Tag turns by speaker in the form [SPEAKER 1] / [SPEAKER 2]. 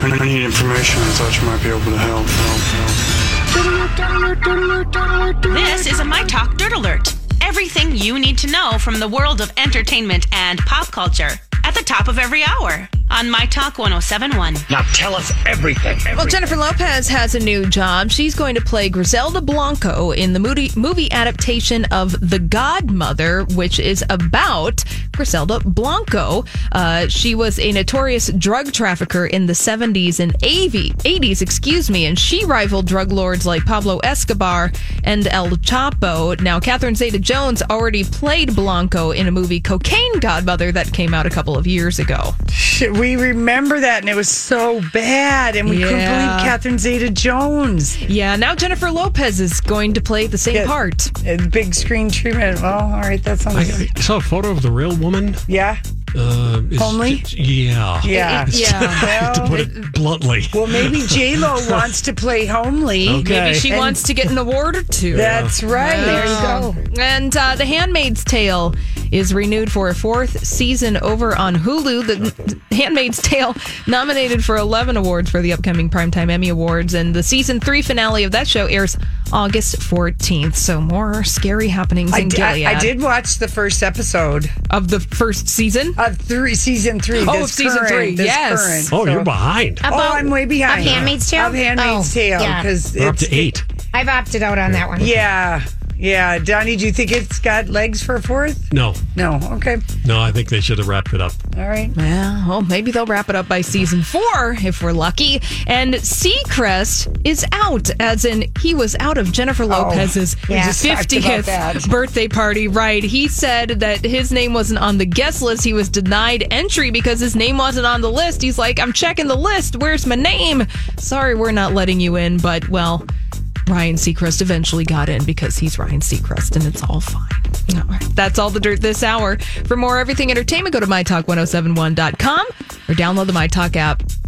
[SPEAKER 1] I need information. I thought you might be able to help. help, help.
[SPEAKER 2] This is a My Talk Dirt Alert. Everything you need to know from the world of entertainment and pop culture at the top of every hour on My Talk 1071.
[SPEAKER 3] Now tell us everything.
[SPEAKER 4] Well, Jennifer Lopez has a new job. She's going to play Griselda Blanco in the movie, movie adaptation of The Godmother, which is about Griselda Blanco. Uh, she was a notorious drug trafficker in the 70s and 80, 80s, excuse me, and she rivaled drug lords like Pablo Escobar and El Chapo. Now, Catherine Zeta-Jones already played Blanco in a movie, Cocaine Godmother, that came out a couple of years ago.
[SPEAKER 5] Shit, we remember that, and it was so bad, and we couldn't believe
[SPEAKER 4] Yeah.
[SPEAKER 5] Catherine Zeta-Jones.
[SPEAKER 4] Yeah, now Jennifer Lopez is going to play the same
[SPEAKER 5] Yeah.
[SPEAKER 4] part.
[SPEAKER 5] Uh, Big screen treatment. Well, all right, that sounds.
[SPEAKER 6] I, I saw a photo of the real woman.
[SPEAKER 5] yeah,
[SPEAKER 6] Uh, is-
[SPEAKER 5] Homely?
[SPEAKER 6] Yeah.
[SPEAKER 5] yeah.
[SPEAKER 4] Yeah.
[SPEAKER 6] to
[SPEAKER 5] Well,
[SPEAKER 6] put it bluntly.
[SPEAKER 5] well, maybe J Lo wants to play homely.
[SPEAKER 6] Okay.
[SPEAKER 4] Maybe she
[SPEAKER 5] And-
[SPEAKER 4] wants to get an award or two.
[SPEAKER 5] That's right. There you go.
[SPEAKER 4] And uh, The Handmaid's Tale is renewed for a fourth season over on Hulu. The Handmaid's Tale nominated for 11 awards for the upcoming Primetime Emmy Awards. And the season three finale of that show airs August 14th. So more scary happenings
[SPEAKER 5] I
[SPEAKER 4] in
[SPEAKER 5] di-
[SPEAKER 4] Gilead.
[SPEAKER 5] I, I did watch the first episode
[SPEAKER 4] Of the first season.
[SPEAKER 5] of three, season three.
[SPEAKER 4] Oh,
[SPEAKER 5] this
[SPEAKER 4] of season
[SPEAKER 5] current-
[SPEAKER 4] three,
[SPEAKER 5] this
[SPEAKER 4] yes.
[SPEAKER 5] current.
[SPEAKER 6] Oh,
[SPEAKER 5] So-
[SPEAKER 6] you're behind.
[SPEAKER 5] Oh, I'm way behind.
[SPEAKER 7] Of Handmaid's Tale?
[SPEAKER 5] Of Handmaid's
[SPEAKER 7] Oh,
[SPEAKER 5] Tale.
[SPEAKER 7] yeah.
[SPEAKER 5] Because
[SPEAKER 6] We're up
[SPEAKER 5] it's
[SPEAKER 6] to eight.
[SPEAKER 7] I've opted out on that one.
[SPEAKER 5] yeah, yeah. Donnie, do you think it's got legs for a fourth?
[SPEAKER 6] No,
[SPEAKER 5] No. Okay.
[SPEAKER 6] no, I think they should have wrapped it up.
[SPEAKER 5] All right.
[SPEAKER 4] Yeah, well, oh, maybe they'll wrap it up by season four if we're lucky. And Seacrest is out, as in he was out of Jennifer Lopez's
[SPEAKER 7] yeah.
[SPEAKER 5] Oh, just talked about that.
[SPEAKER 4] 50th birthday party. Right? He said that his name wasn't on the guest list. He was denied entry because his name wasn't on the list. He's like, I'm checking the list. Where's my name? Sorry, we're not letting you in. But well, Ryan Seacrest eventually got in because he's Ryan Seacrest, and it's all fine. All right, that's all the dirt this oh hour. For more everything entertainment, go to mytalk1071.com or download the MyTalk app.